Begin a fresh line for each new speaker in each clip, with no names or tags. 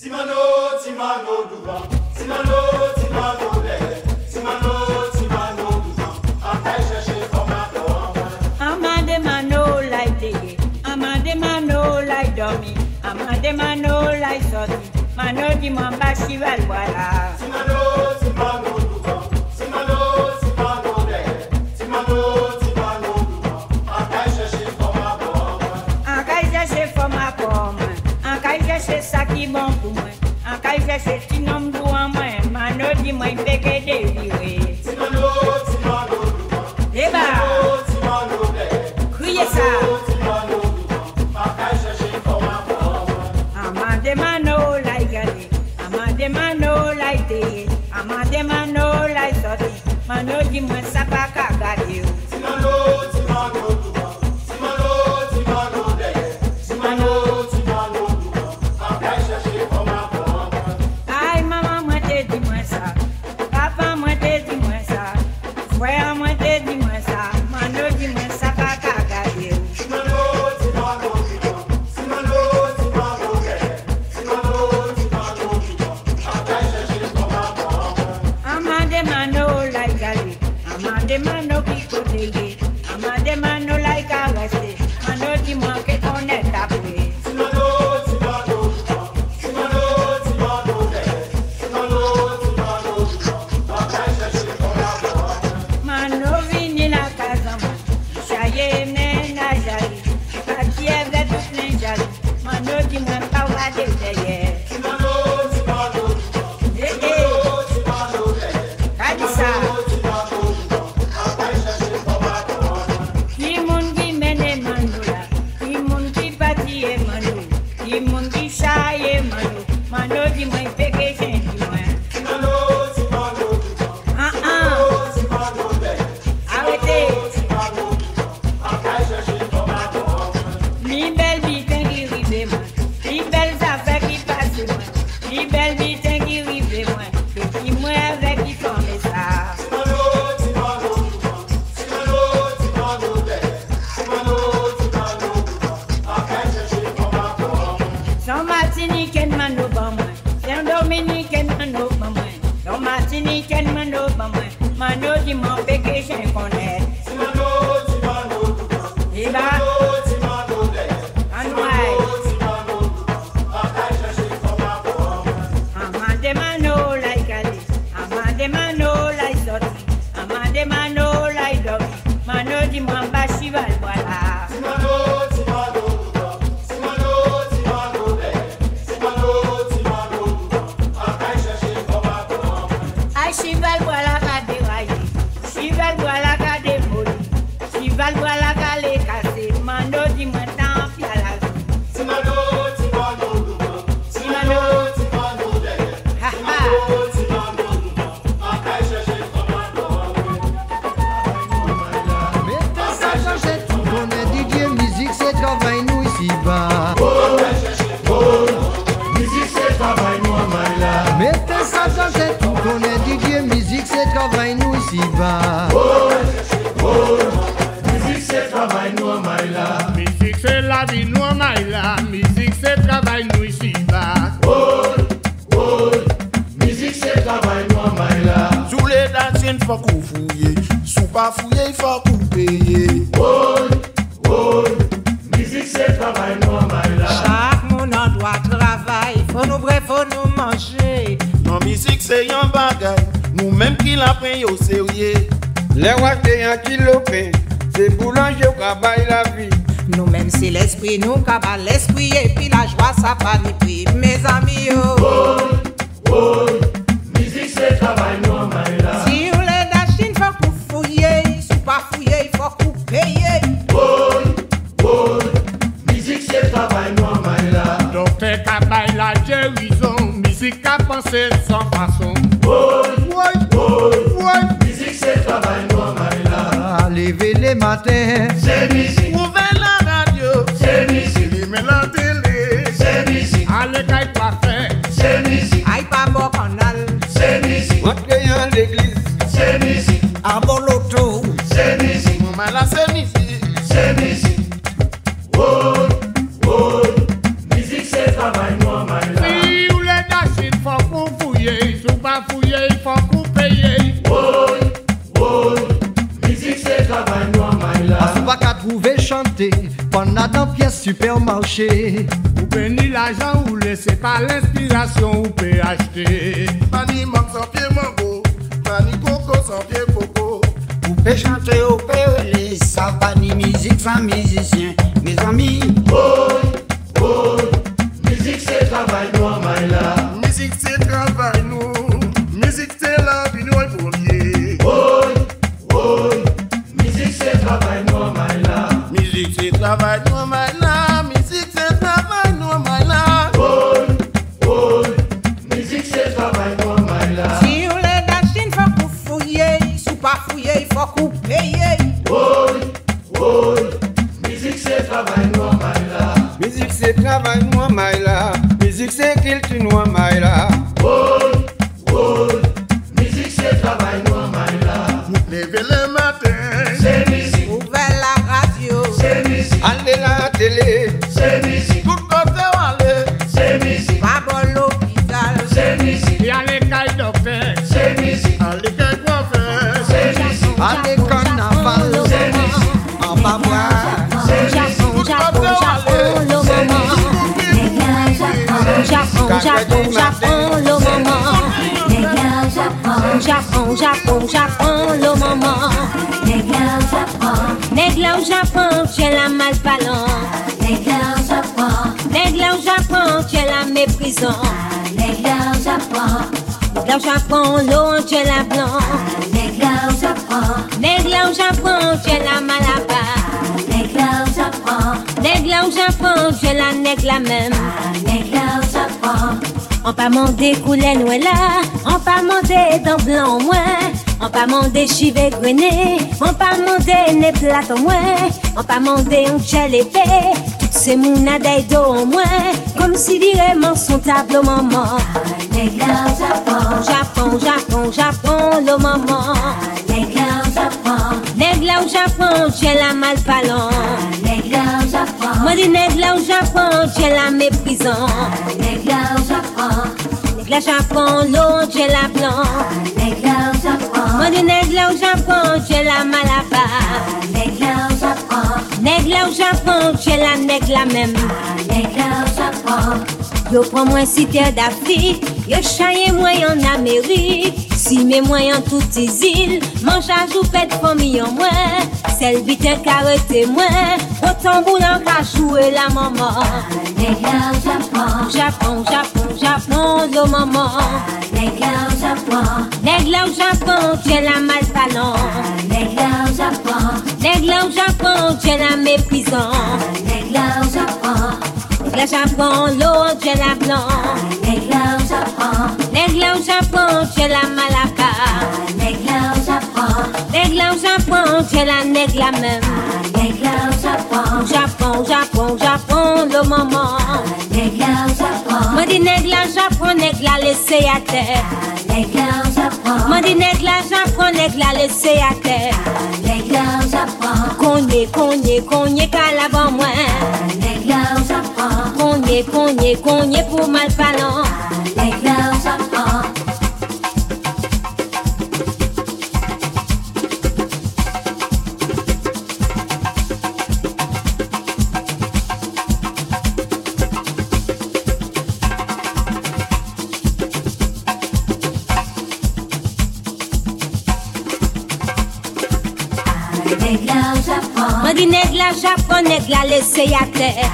Simano, Simano, Duba. Simano, Simano, Lé. Simano, Simano, Duba. Après, chercher Formano.
Amade man no like diggy. Amade man no like dummy. Amade man no like saucy. Mano di mamba shival wala.
Simano, Simano, Duba. Simano, Simano, Lé. Simano, Simano, Duba. Après, chercher Formano.
Ankai jache foma poma. Ankai jache saki bon kumwe. Ankai jache tinom duan mwen. Mano di mwen peke de viwe.
Simano, Simano, Duba.
Deba,
Simano, Simano, Lé.
kriye sa.
Simano, Duba. Après, chercher Formano.
Amade man no like gally. Amade man no like diggy. Amade man no like saucy. Mano di mwen sapaka gadi.
Simano, Simano, Duba. Simano, Simano, Lé. Simano, Simano, Duba. Après, chercher Formano.
Ay, maman, moi te dis moi ça. Papa, moi te dis moi ça. Frère, moi te dis moi ça. Mano, dis moi ça, pas qu'à garder. Amade mano like gali. Amade mano pico tege. Amade mano like agaste. Mano, dis moi que on est tapé. Mano, vini la casa, moi. Chaye, nena, jali. Papier, vert, e tout plein jali. Mano, dis moi pas va de derrière. Eh, eh, t'as dit ça. Ki moun ki mene mandou la, ki moun ki pati e mandou, ki moun ki sa e mandou, mandou di mwen peke jen di mwen. An an, arete, li bel biten ki rive mwen, li bel zafè ki pase mwen, li bel biten ki rive mwen, pe ki mwen avek ki tombe sa. Son Martiniken mandou ban mwen, son Dominiken mandou ban mwen, son Martiniken mandou ban mwen, mandou di mwen peke jen konen. E ba, anway. Amade mano like Ali, Amade mano like Dotty, Amade mano like Dotty, Mano di Mamba Shival Wala. I Shival Wala ka de Rayi, Shival Wala ka de Moli, Shival Wala ka le kase, Mano di Manta Piala. Ha ha.
Mettez ça, j'achète, tout connaît Didier, musique, c'est travail, nous ici-bas. Mettez ça, j'achète, tout connaît Didier, musique, c'est travail, nous ici-bas.
Musique c'est la vie, nous on aille là. Musique c'est travail, nous ici bas.
Sous les dansines, faut qu'on fouille. Sous pas fouiller, il faut qu'on paye.
Chaque moun an doit travay, fò nou bre, fò nou manje
Nan musique, c'est un bagage. Nous-mêmes qui la pris au sérieux.
Le wak te yon kilope, se boulanje ou ka bay la vi.
Nou menm se l'esprit nou kaba l'esprit Epi la jwa sa pa ni pri, mes oh, ami yo Si ou le dachin fò kou fouye, sou pa fouye, fò kou peye
Docteur Kabaï la guérison. Musique à penser sans façon.
À lever les matins,
Ouvrez la radio. Allumez la télé.
À l'école parfait.
Ay pa bo kanal,
Wak te yon l'eglis,
a boloto
Maman, là, c'est musique.
Oh,
Si ou le
marché.
Ou béni l'argent ou laissez pas l'inspiration ou peut acheter.
Mani manque sans pied mango, mani coco sans pied coco.
Vous pouvez chanter au PLS, ça va ni musique sans musicien. Mes amis,
Musique c'est travail nous, musique c'est la vie nous est pour lier. Musique c'est travail nous, my love. Musique c'est travail nous, my love.
Si ou le dachin fò kou fouye, sou pa fouye, fò kou peye.
Musique c'est travail noir maïla, musique c'est culture noir maïla.
Levez le matin,
Ouve la radyo,
Allez la télé,
tout le côté où aller.
pa bol l'opital.
Et à l'école docteur,
Allez quelque part faire,
Allez, carnaval. En bas, moi.
tout le côté où aller.
Negla ou Japon, tu es la malvalance. Negla ou Japon, tu es la méprisante. Negla ou Japon, l'eau, tu es la blanche. Negla ou Japon, tu es la malaba. Negla ou Japon, tu es la negla même. On pas mandé couler nous là, on pas mandé dans blanc moins, on pas mandé chivé grené, on pas mandé né plat au moins, on pas mandé un gel épais, toutes ces mounades d'eau au moins, comme si dirait son table au maman. Japon, Japon, Japon, le maman. Nègla au Japon, tu es la malparlante. Moi dis nègla au Japon, tu es la méprisante. Nègla Japon, l'eau, tu es non, la blanche. Moi du nègre au Japon, j'ai la malaba. Nègre au Japon, j'ai la nègre la même. Yo prends moi si terre d'Afrique, yo chaye moi en Amérique. Si mes moyens en toutes les îles, mange à jour pète famille en moi. Celle vite carré moi, autant boulant qu'à jouer la maman. Japon, Japon, Japon, l'eau maman. Nègla au Japon, tu es la malvalante. Nègla au Japon, tu es la méprisante. Nègla Japon, l'eau, tu es la blanche. Nègla au Japon, tu es la malaka. Nègla au Japon, tu es la nègla même. Au Japon, au Japon, au Japon, le moment. Moi dis nègla Japon, nègla laissé à terre. Moi dis nègla Japon, nègla laissé à terre. Cogné, cogné, cogné, calabant moi. Cogné, cogné, cogné pour malparlant. Moi dis nègla Japon, nègla laissé à terre.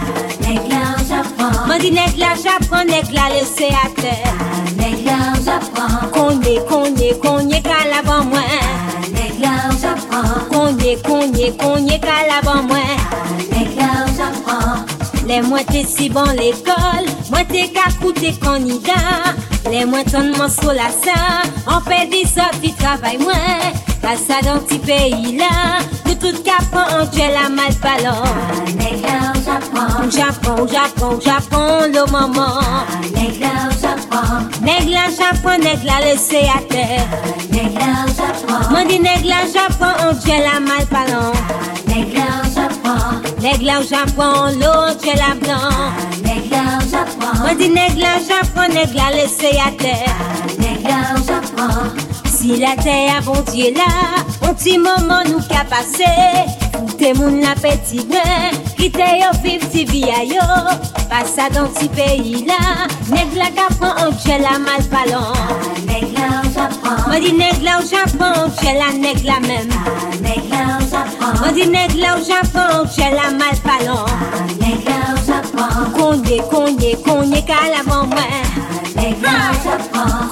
Moi dis nègla Japon, nègla laissé à terre. Cogné, cogné, cogné, calabant moi. Cogné, cogné, cogné, calabant moi. Les moins t'es si bon l'école, moi t'es qu'à coûter candidat. Les moins ton sur la ça, on fait des autres qui travaillent moins. Passe ça dans petit pays là, nous tout capons, on tue la malbalance. Japon, Japon, Japon, le moment. Nègla Japon, nègla laissé à terre. Moi dis nègla Japon, on tue la malbalance. Nègla au Japon, l'autre tue la blanche. Moi dis nègla Japon, nègla laissé à terre. Si Si la terre a bon Dieu là, un petit moment nous qu'a passé. Foutez moun la petit grain, quittez yo vive ti via yo. Passa dans ti pays là, nèg la ka prend un gel à mal parlant. Mwen di nèg la ou japon, jè la nèg la même. Mwen di nèg la ou japon, jè la mal palan. Konye, konye, konye ka la bon mwen.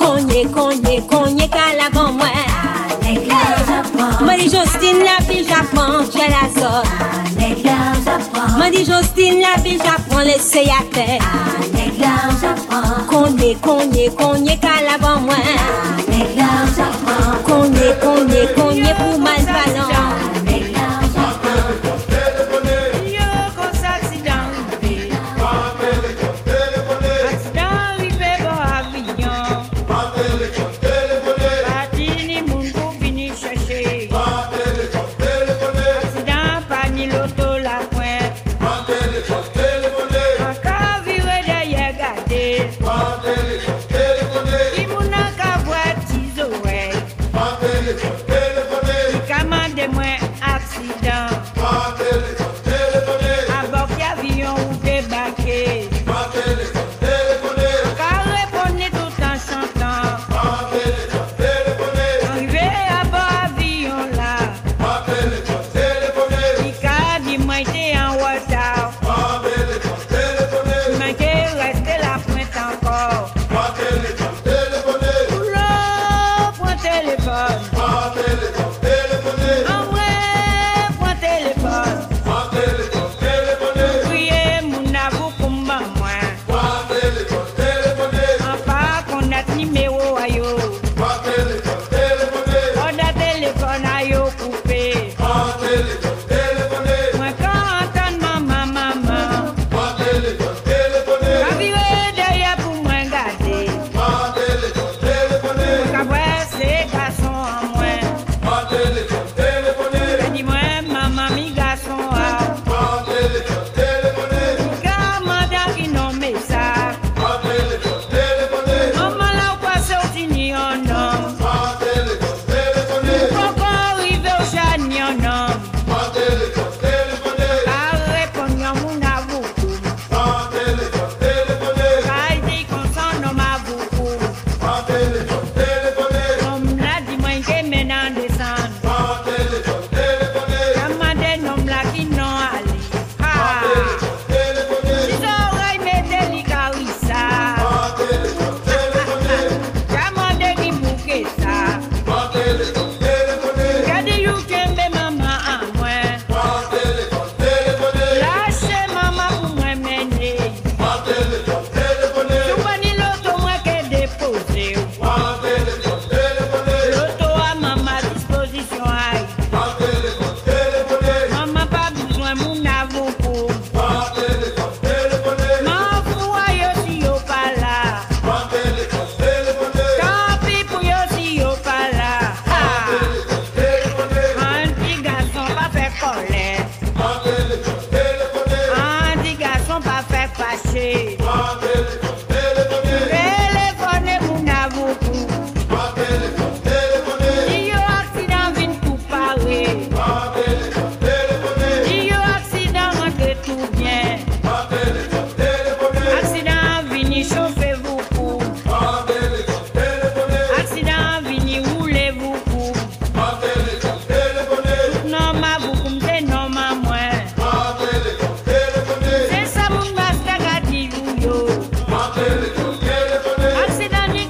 Konye, konye, konye ka la bon mwen. Mwen di Justine la pi japon, jè la zot. Mwen di Justine la pi japon, lese ya te. Konye, konye, konye ka la bon mwen. Konye, konye, konye pou mal palan.
Mwen ke reste la pointe ankor oh, oh,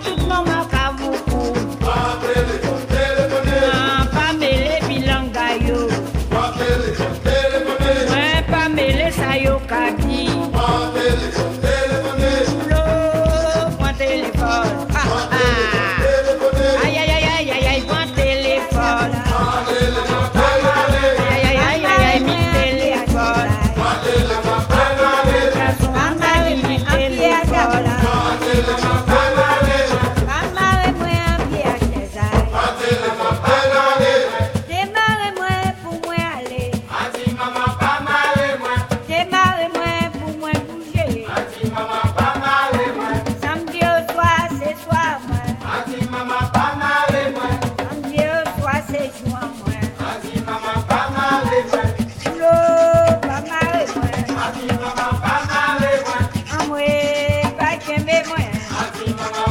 Non,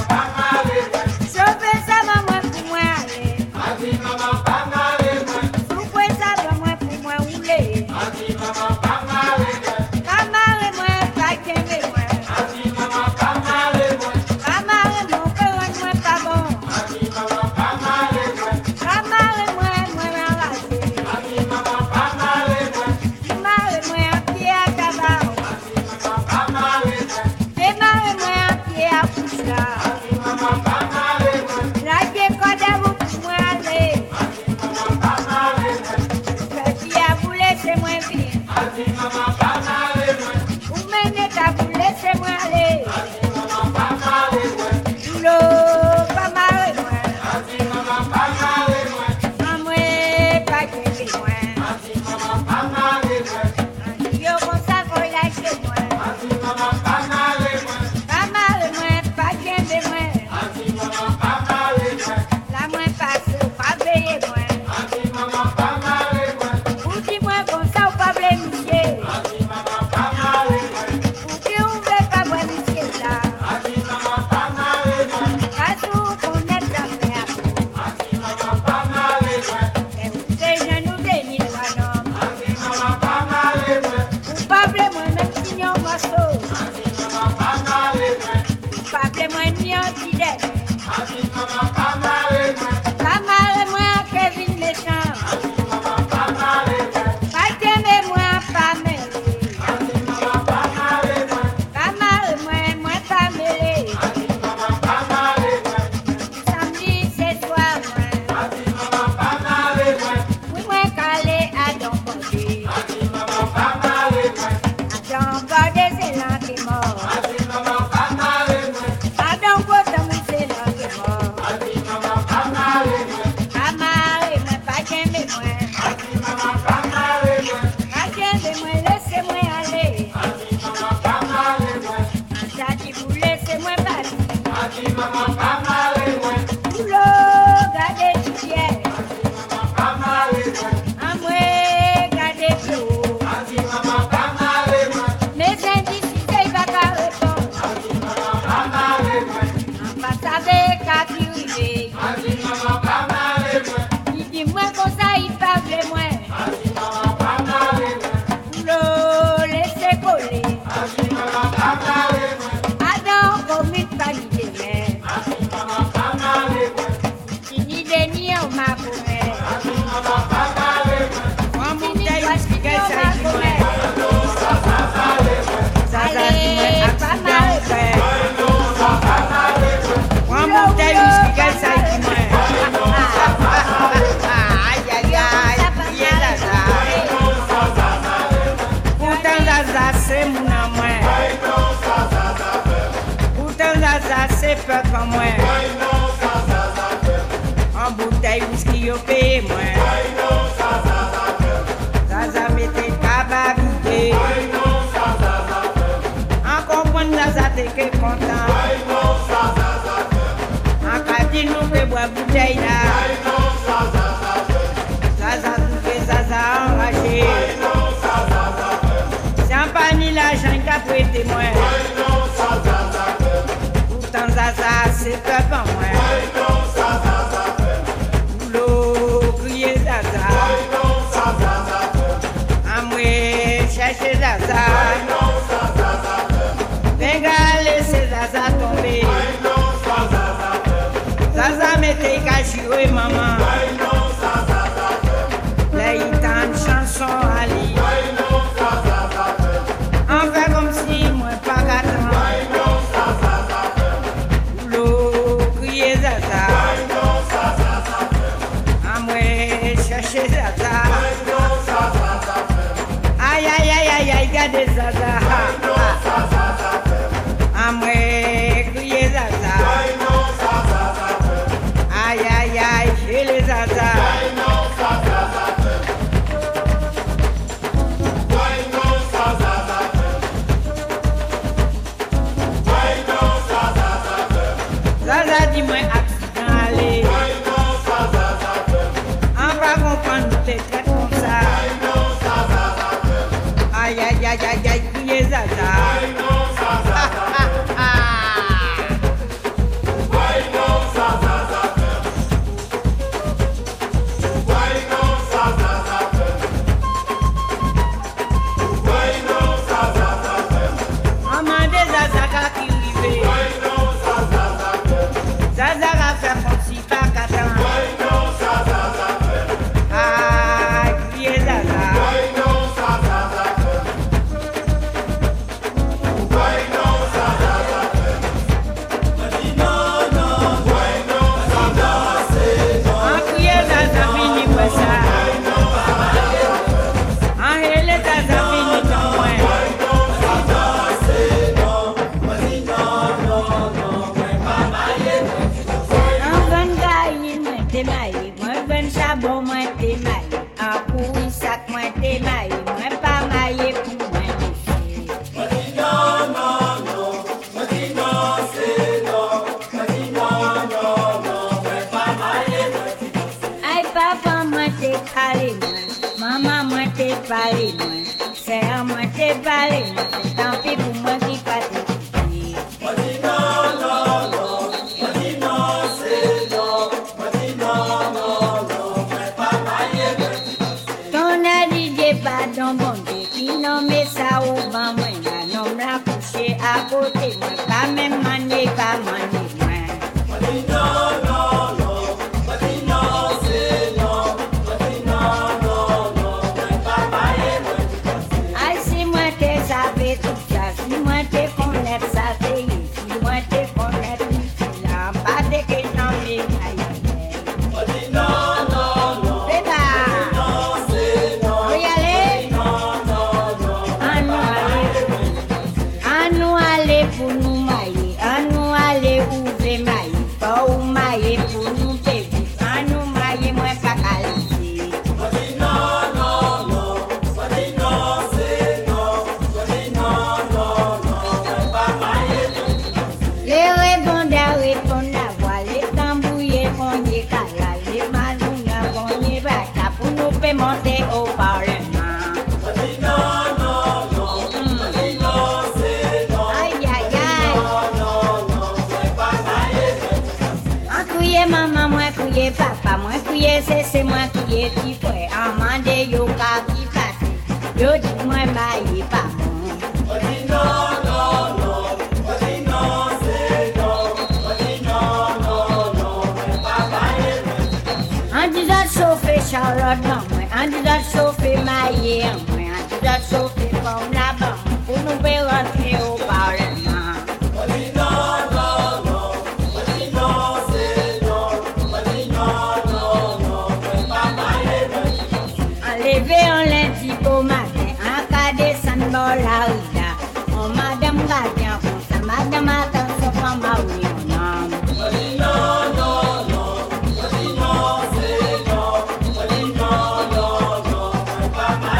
Ah,
Chove sa mwen mwen pou mwen ale, sou kwen sa mwen mwen pou mwen oule. Kamare mwen pa keme mwen, kamare mwen peron mwen pa bon. Kamare mwen mwen anrase, kamare mwen anpye a kabao. Demare mwen anpye a pousa, lage koda mwen pou mwen ale. Peti a boule se mwen vin, ou mene ta boule se mwen ale. Doulo, kamare mwen. Mamwe pa kebe mwen, yo kon sa kon lache mwen. Kamare mwen pa kebe mwen, la mwen pa se ou pa veye mwen. Ou di mwen kon sa ou pa vle misye, ou ki ou vle pa mwen misye sa. Kasou kon net la mwen apou, e ou se jen ou de ni lwa nom. Ou pa vle mwen men si nyon mwaso, ou pa vle mwen ni an ti det. Kamare mwen an Kevin Lechan, pa kebe mwen an Pamela. Kamare mwen mwen Pamela. Samedi c'est toi mwen, pou mwen kale a don bode. A don bode se lan ke mor, a don bode mwen se lan ke mor. Kamare mwen pa kembe mwen, pa kembe mwen lese mwen ale. Mm. An sa ki vou lese mwen pali, pou lo gade di fye. An mwen gade pou, me zendi si te va ka repon. An pa save ka ki rive, Ni di mwen kon sa yi pa vle mwen Pou lo lese kole Adan komit pa ni de men Ki ni de ni an ma pou men
One
Ki ni
bouteille,
pa si
gueule,
de an
ça
ma
dit,
pou
ouais.
men Ale,
é um
pa ma re mwen
One
Yo,
bouteille,
yo,
whisky, gueule, ça
papa.
dit, ouais. Aïe, aïe,
Sa
aïe,
pa
qui est Zaza? é Pourtant, Zaza, c'est mon amour. Pourtant, Zaza, c'est peuple en moi. En bouteille, whisky, au pays, moi. Zaza, mettez tabac vidé. Encore bon, Zaza, t'es que content. Encore dit, nous, que boire bouteille là. Zaza touche Zaza enragé. Sans pas ni l'argent qu'a pris témoin. Pourtant Zaza c'est peuple en moi. Boulot, crier Zaza. À moi, chercher Zaza. Venga, laisser Zaza tomber. Zaza mettez cachuré maman. Les gitanes chanson à lit. On fait comme si moi pas gâtant. L'eau crier Zaza. À moi chercher Zaza. Aïe aïe aïe aïe aïe, gardez Zaza. À moi crier Zaza. Aïe aïe aïe, chez les Zaza. Zaza di mwen aksidan ale An pa kompran nou te tret kon sa Ay ay ay ay ay kouye Zaza Ah, Ah, de maye, mwen pa maye pou mwen kouche. Ay papa mwen te kare mwen, mama mwen te pare mwen, se an mwen te pare mwen, se tan pi pou mwen ki pati kouche. Ton a di de badon bonde, ki nan me sa ou ban mwen, nan nom la kouche a kote mwen, pa men manye, pa manye mwen. Ay si mwen te save tout sa, si mwen te konet sa se yi, si mwen te konet yi si la, pa de ke nan me kaye. Beba! Oye ale? An nou ale. An nou ale pou nou maye, an nou ale ou ve maye, pa ou maye pou nou bebi, an nou maye mwen pa kalise. Le rebonda reponda voa, le tambouye konye kala, le malouna konye baka, pou nou pe monte au parlement. Aïe, aïe, aïe. An kouye maman, mwen kouye papa, mwen kouye sese, mwen kouye ti fwe, an mande yo ka ki pase, yo di mwen maye pa mwen. An di dat sofe charot nan mwen, an di dat sofe maye an mwen, an di dat sofe pon la ban mwen, pou nou pe rentre ou parleman. An leve an lendi pou maten, an ka desan bon la ouda, an Oh, madame gade an konsa, madame atan se pan ma ou yon nan.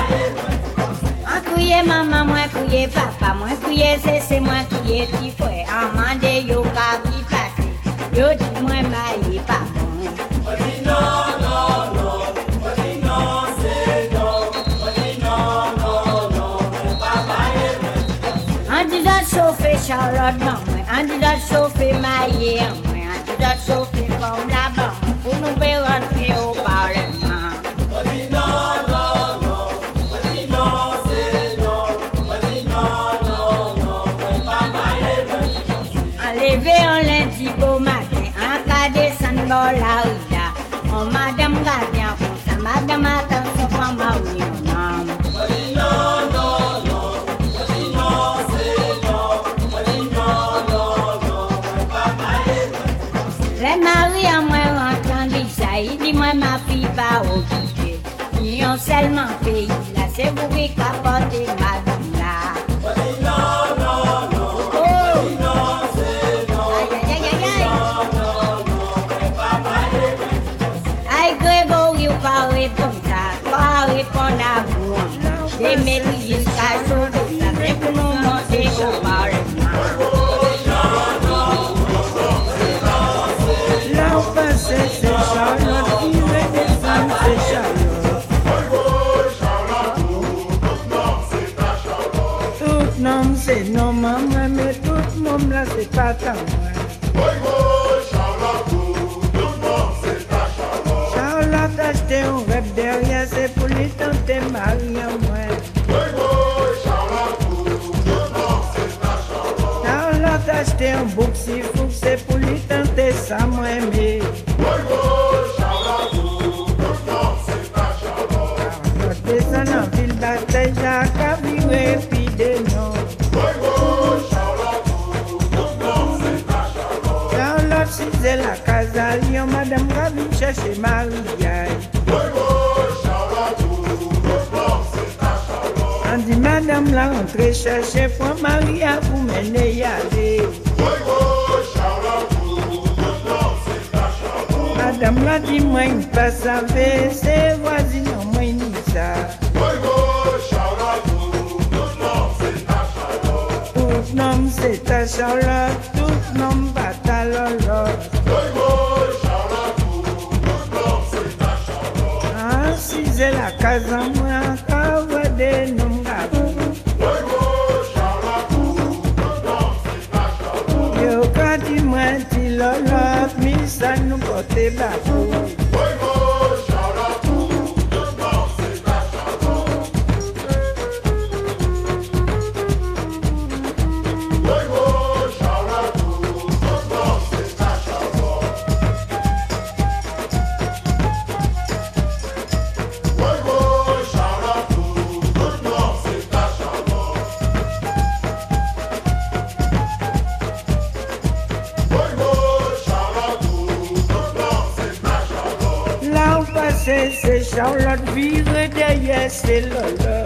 Mwen kouye mama, mwen kouye papa, mwen kouye sese, mwen kouye ti fwe Amande yo ka ki pase, yo di mwen maye pa mwen An di dat sofe charot nan mwen, an di dat sofe maye an mwen An di dat sofe pom la ban mwen, pou nou pe rentre ou parleman An leve an lendi pou maten, an ka desan bon la ouda An madame gade an konsa, madame atan se pan ma ou yon nan Le mari a mwen rentran dija, i di mwen ma fi pa okipe. Ni yon selman peyi la, se bouri kapote madou la. Oh! Aïe, aïe, aïe, aïe, aïe. Aïe, Gregory, ou pa repon sa, pa repon la vouan. De meri yon ka chodo sa, se pou nou monte ou parleman.
Charlotte a acheté un rêve derrière, c'est pour lui tenter Marie en moi. Charlotte a acheté un bouc si fou, c'est pour lui tenter ça moi mais. Charlotte descend en ville bataille, Jacques a viré puis des noms. Charlotte, si c'est la case à Lyon, Madame Ravine cherche Marie-Aille. On dit Madame la rentrée chercher pour Maria pour mener y aller.
non,
Madame la dit moi il pas savait, c'est voisine en moi ni ça.
C'était Charlotte, tout nom batalolo. Ah, si c'est la case en moi, encore ouais, des noms gabous. Yo, quand tu m'as dit lolo, mis ça nous porter babou. Là où passait, c'est Charlotte, vivre derrière, c'est Lolo.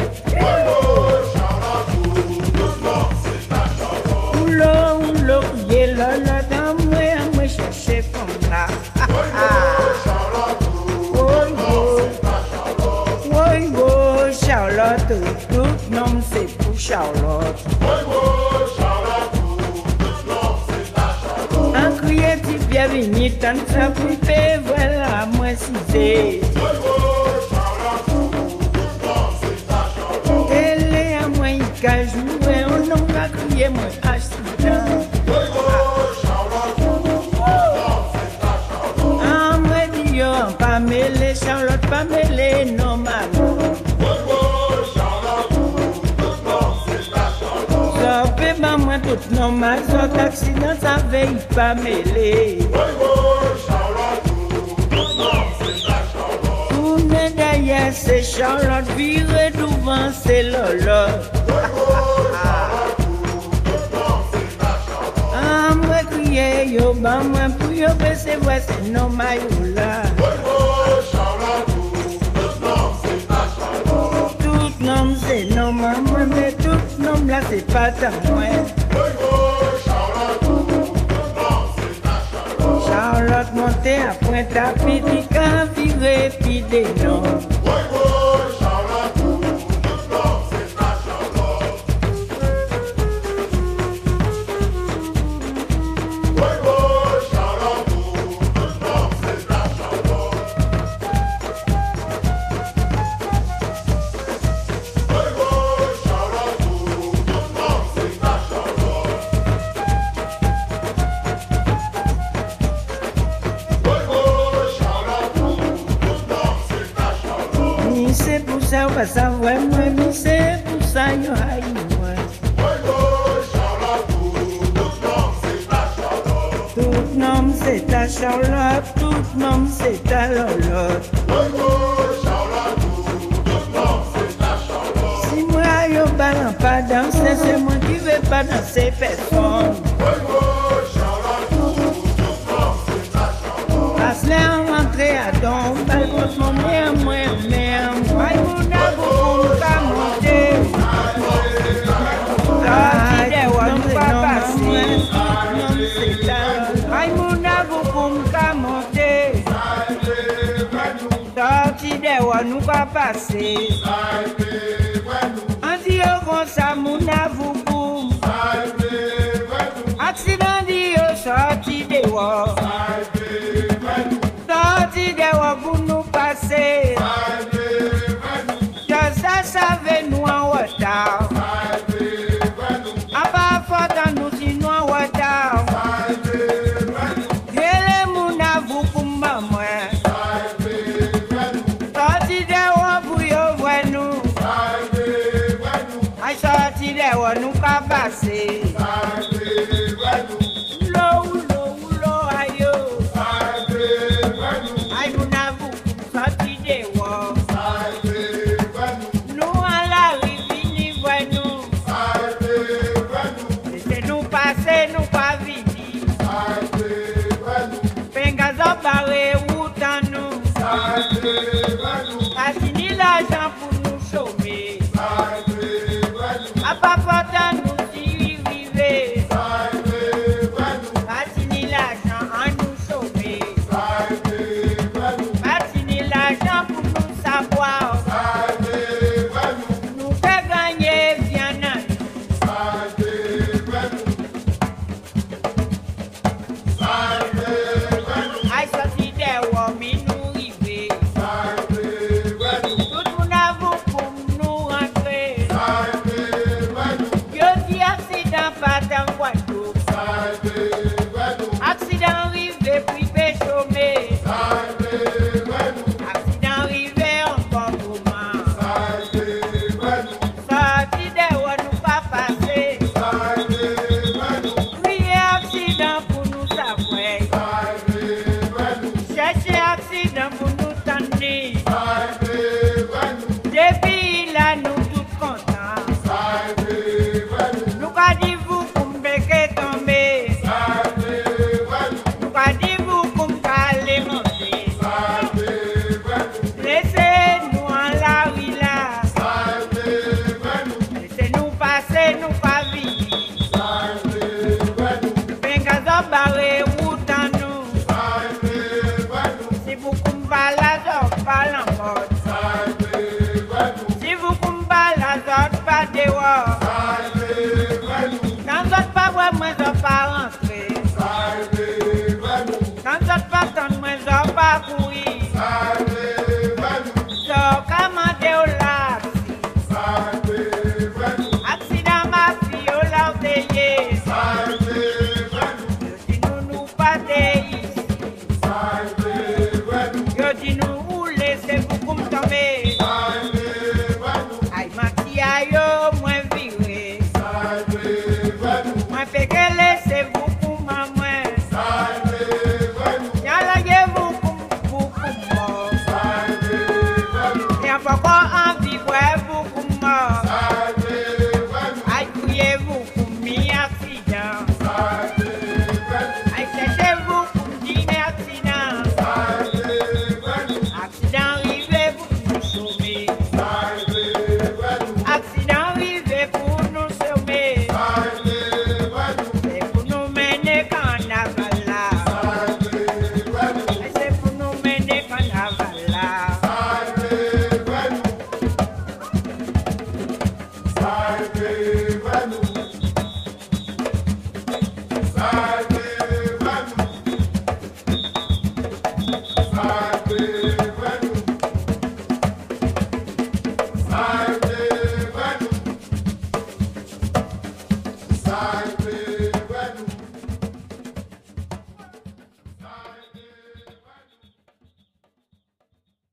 Oulô, oulô, yé Lolo, dans moi, à moi chercher comme là. Oi, oi, Charlotte, tout nom c'est pour Charlotte. En criant, tu bienvenue, tant que ça coupé, voilà, moi si c'est. Elle est à moi, il cache jouer, on n'en va crier, moi, accident. Ah, moi, dis, oh, pas mêlé, Charlotte, pas mêlé, non, maman. Sope ba mwen tout nan ma sot aksidans ave yi pa mele Tourne derrière c'est Charlotte, vire devant c'est Lolo Ah mwen kriye yo ba mwen pou yo bese vwe se nan ma yo la Tout nom c'est nan ma mwen, mais tout nom la c'est pas ta mwen Charlotte monte a pointe a piti ka vire pi de nan. Ni se pou sa ou pa sa vwe mwen, ni se pou sa yo hayi mwen. Tout nom se ta Charlotte, tout nom se ta Lolotte. Si mwen yo balan pa danse, se mwen ki ve pa danse person. Pas le an rentre a don, bal kos mwen mwen mwen mwen. Ay moun a bou moun pa monte. Ay, non se non mwen, non se ta. Ay moun a bou moun pa monte. Sorti de wa nou pa pase. An di yo kon sa moun a bou moun. Aksidan di yo sorti de wa. Sorti de wa pou nou pase. Yo sa save nou an wota. A pa fotan nou si nou an wota. Yele moun avou pou mamwe. Sorti de wa pou yo vwe nou. Ay sorti de wa nou ka pase. Lou, lou, lou, ayo. Ay moun avou pou sorti de wa. Nou an la rivini vwe nou. Se nou pase nou pa vini. Pengazo bare woutan nou. Asini la jan pou nou chome. Apa potan nou si vive. Asini la jan an nou chome. Asini la jan pou nou sabwa. Nou fe ganyen vyanan. Bye.